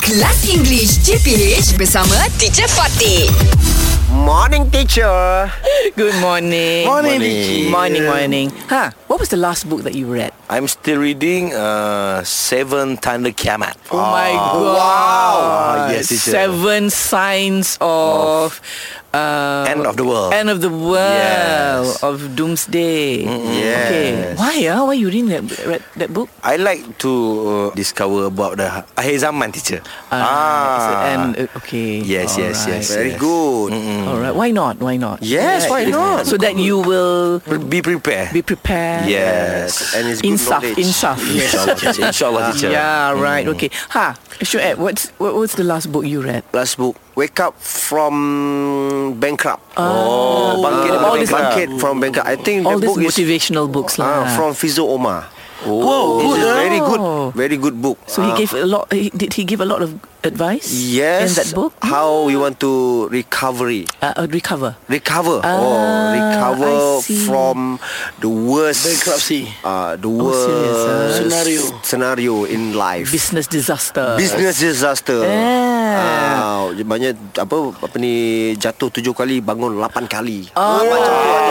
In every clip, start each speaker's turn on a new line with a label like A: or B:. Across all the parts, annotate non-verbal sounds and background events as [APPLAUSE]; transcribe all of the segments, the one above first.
A: Kelas English CPH bersama Teacher Fatih.
B: Morning, teacher.
C: Good morning.
D: Morning,
B: Morning.
D: Richie.
C: Morning, morning. Huh? What was the last book that you read?
D: I'm still reading uh, Seven Thunder Kiamat.
C: Oh, my god.
D: wow. Ah, yes, teacher.
C: Seven signs of, uh,
D: End of the world.
C: End of the world
D: Yes.
C: of doomsday.
D: Yes.
C: Okay. Why? Uh, why you reading that read that book?
D: I like to uh, discover about the akhir zaman, teacher.
C: Ah,
D: Ah.
C: it's the end. Uh, Okay.
D: Yes, yes,
C: Alright.
D: yes.
B: Very
D: yes.
B: good.
C: All right. Why not? Why not?
D: Yes, why not?
C: So that you will
D: Be prepared.
C: be prepared.
D: yes.
B: And it's good
C: Insaf,
B: knowledge.
C: insaf.
B: [LAUGHS]
C: Ah,
D: Inshallah, teacher. Inshallah, teacher. Mm.
C: Yeah, right.
B: Hmm.
C: Okay. Ha, Shoaib, what's what was the last book you read?
B: Last book. Wake up from bankrupt.
D: Oh,
B: Bangkit,
D: bangkit.
C: Ah. all
B: oh,
C: this-
B: bangkit from bankrupt. I think
C: All
B: the
C: these
B: book is
C: motivational books
B: uh,
C: lah.
B: from Fizo Omar.
D: Oh,
B: This
D: good,
B: is
D: eh?
B: Very good. Very good book. Ah,
C: so he gave a lot. He, did he give a lot of advice?
B: uh, Yes.
C: In that book,
B: How you want to recovery.
C: uh, uh, recover.
B: Recover.
C: Ah,
B: oh, recover
C: I see.
B: from the worst
D: Bankruptcy.
B: Uh, the
C: serious,
B: worst
C: ah?
D: Scenario.
B: scenario in life.
C: Business Eh. disaster.
B: Business disaster.
C: Yeah.
B: Ah, banyak apa apa ni jatuh tujuh kali bangun lapan kali.
C: Oh,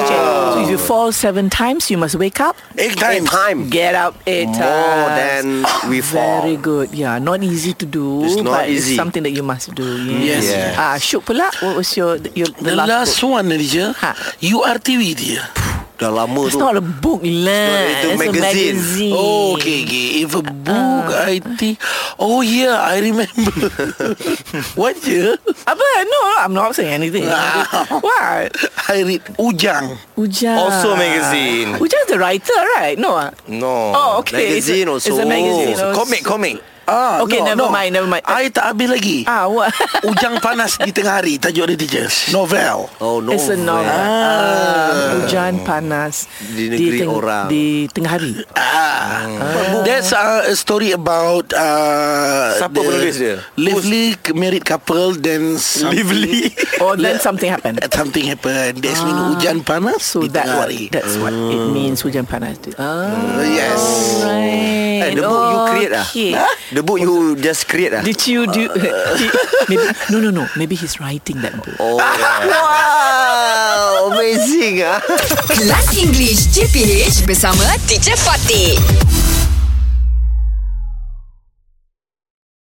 C: okay. So if you fall seven times, you must wake up.
B: Ah. Eight times. Eight time.
C: Get up eight times.
B: More than we fall.
C: Very good. Yeah, not easy to do.
B: It's not
C: but
B: easy.
C: It's something that you must do.
D: Yes.
C: Yes.
D: Yes.
C: Ah, Syuk pula, what was your, your the,
E: The,
C: last,
E: last,
C: book?
E: one, Elijah.
C: Ha.
E: URTV dia.
B: Dah lama tu.
C: It's not a book lah.
B: It's not- it's a magazine.
C: magazine.
E: Oh, okay, okay. If a book,
C: Ah.
E: I think. Oh, yeah, I remember.
C: [LAUGHS]
E: what year?
C: Apa? No, I'm not saying anything. [LAUGHS] Why?
E: I read Ujang.
C: Ujang.
D: Also magazine.
C: Ujang's the writer, right? No. ah?
D: No.
C: Oh, okay. It's a-
B: magazine also. Oh,
C: It's a magazine.
D: It's a
C: also.
D: comic, comic.
E: Ah,
C: Okay,
E: no,
C: never
E: no.
C: mind, never mind.
E: I tak habis lagi.
C: Ah, what?
B: [LAUGHS]
E: Ujang panas di tengah hari. Tajuk dia
C: [LAUGHS]
E: teacher. Novel.
B: Oh no.
C: It's a novel. Ah. Hujan panas
B: Di negeri orang.
C: Di tengah
B: [LAUGHS]
C: hari.
E: Ah. That's uh, a story about uh,
D: Siapa penulis dia?
E: Lively married couple Then Lively
C: Or then something happened.
E: [LAUGHS] Something happened That's mean
C: Ah.
E: hujan panas
C: So
E: di
C: that
E: tengah
C: what,
E: hari.
C: that's what it
B: Hmm.
C: means hujan panas. tu. Ah.
E: Yes
C: Right.
B: Eh, the book you create ah?
C: Okay.
B: The book you just create ah.
C: Did you
B: [LAUGHS]
C: do? [LAUGHS] he, maybe no, no, no. Maybe he's writing that book.
B: Oh.
C: [LAUGHS]
B: wow, [LAUGHS] amazing ah.
A: Kelas English CPH bersama Teacher Fatih.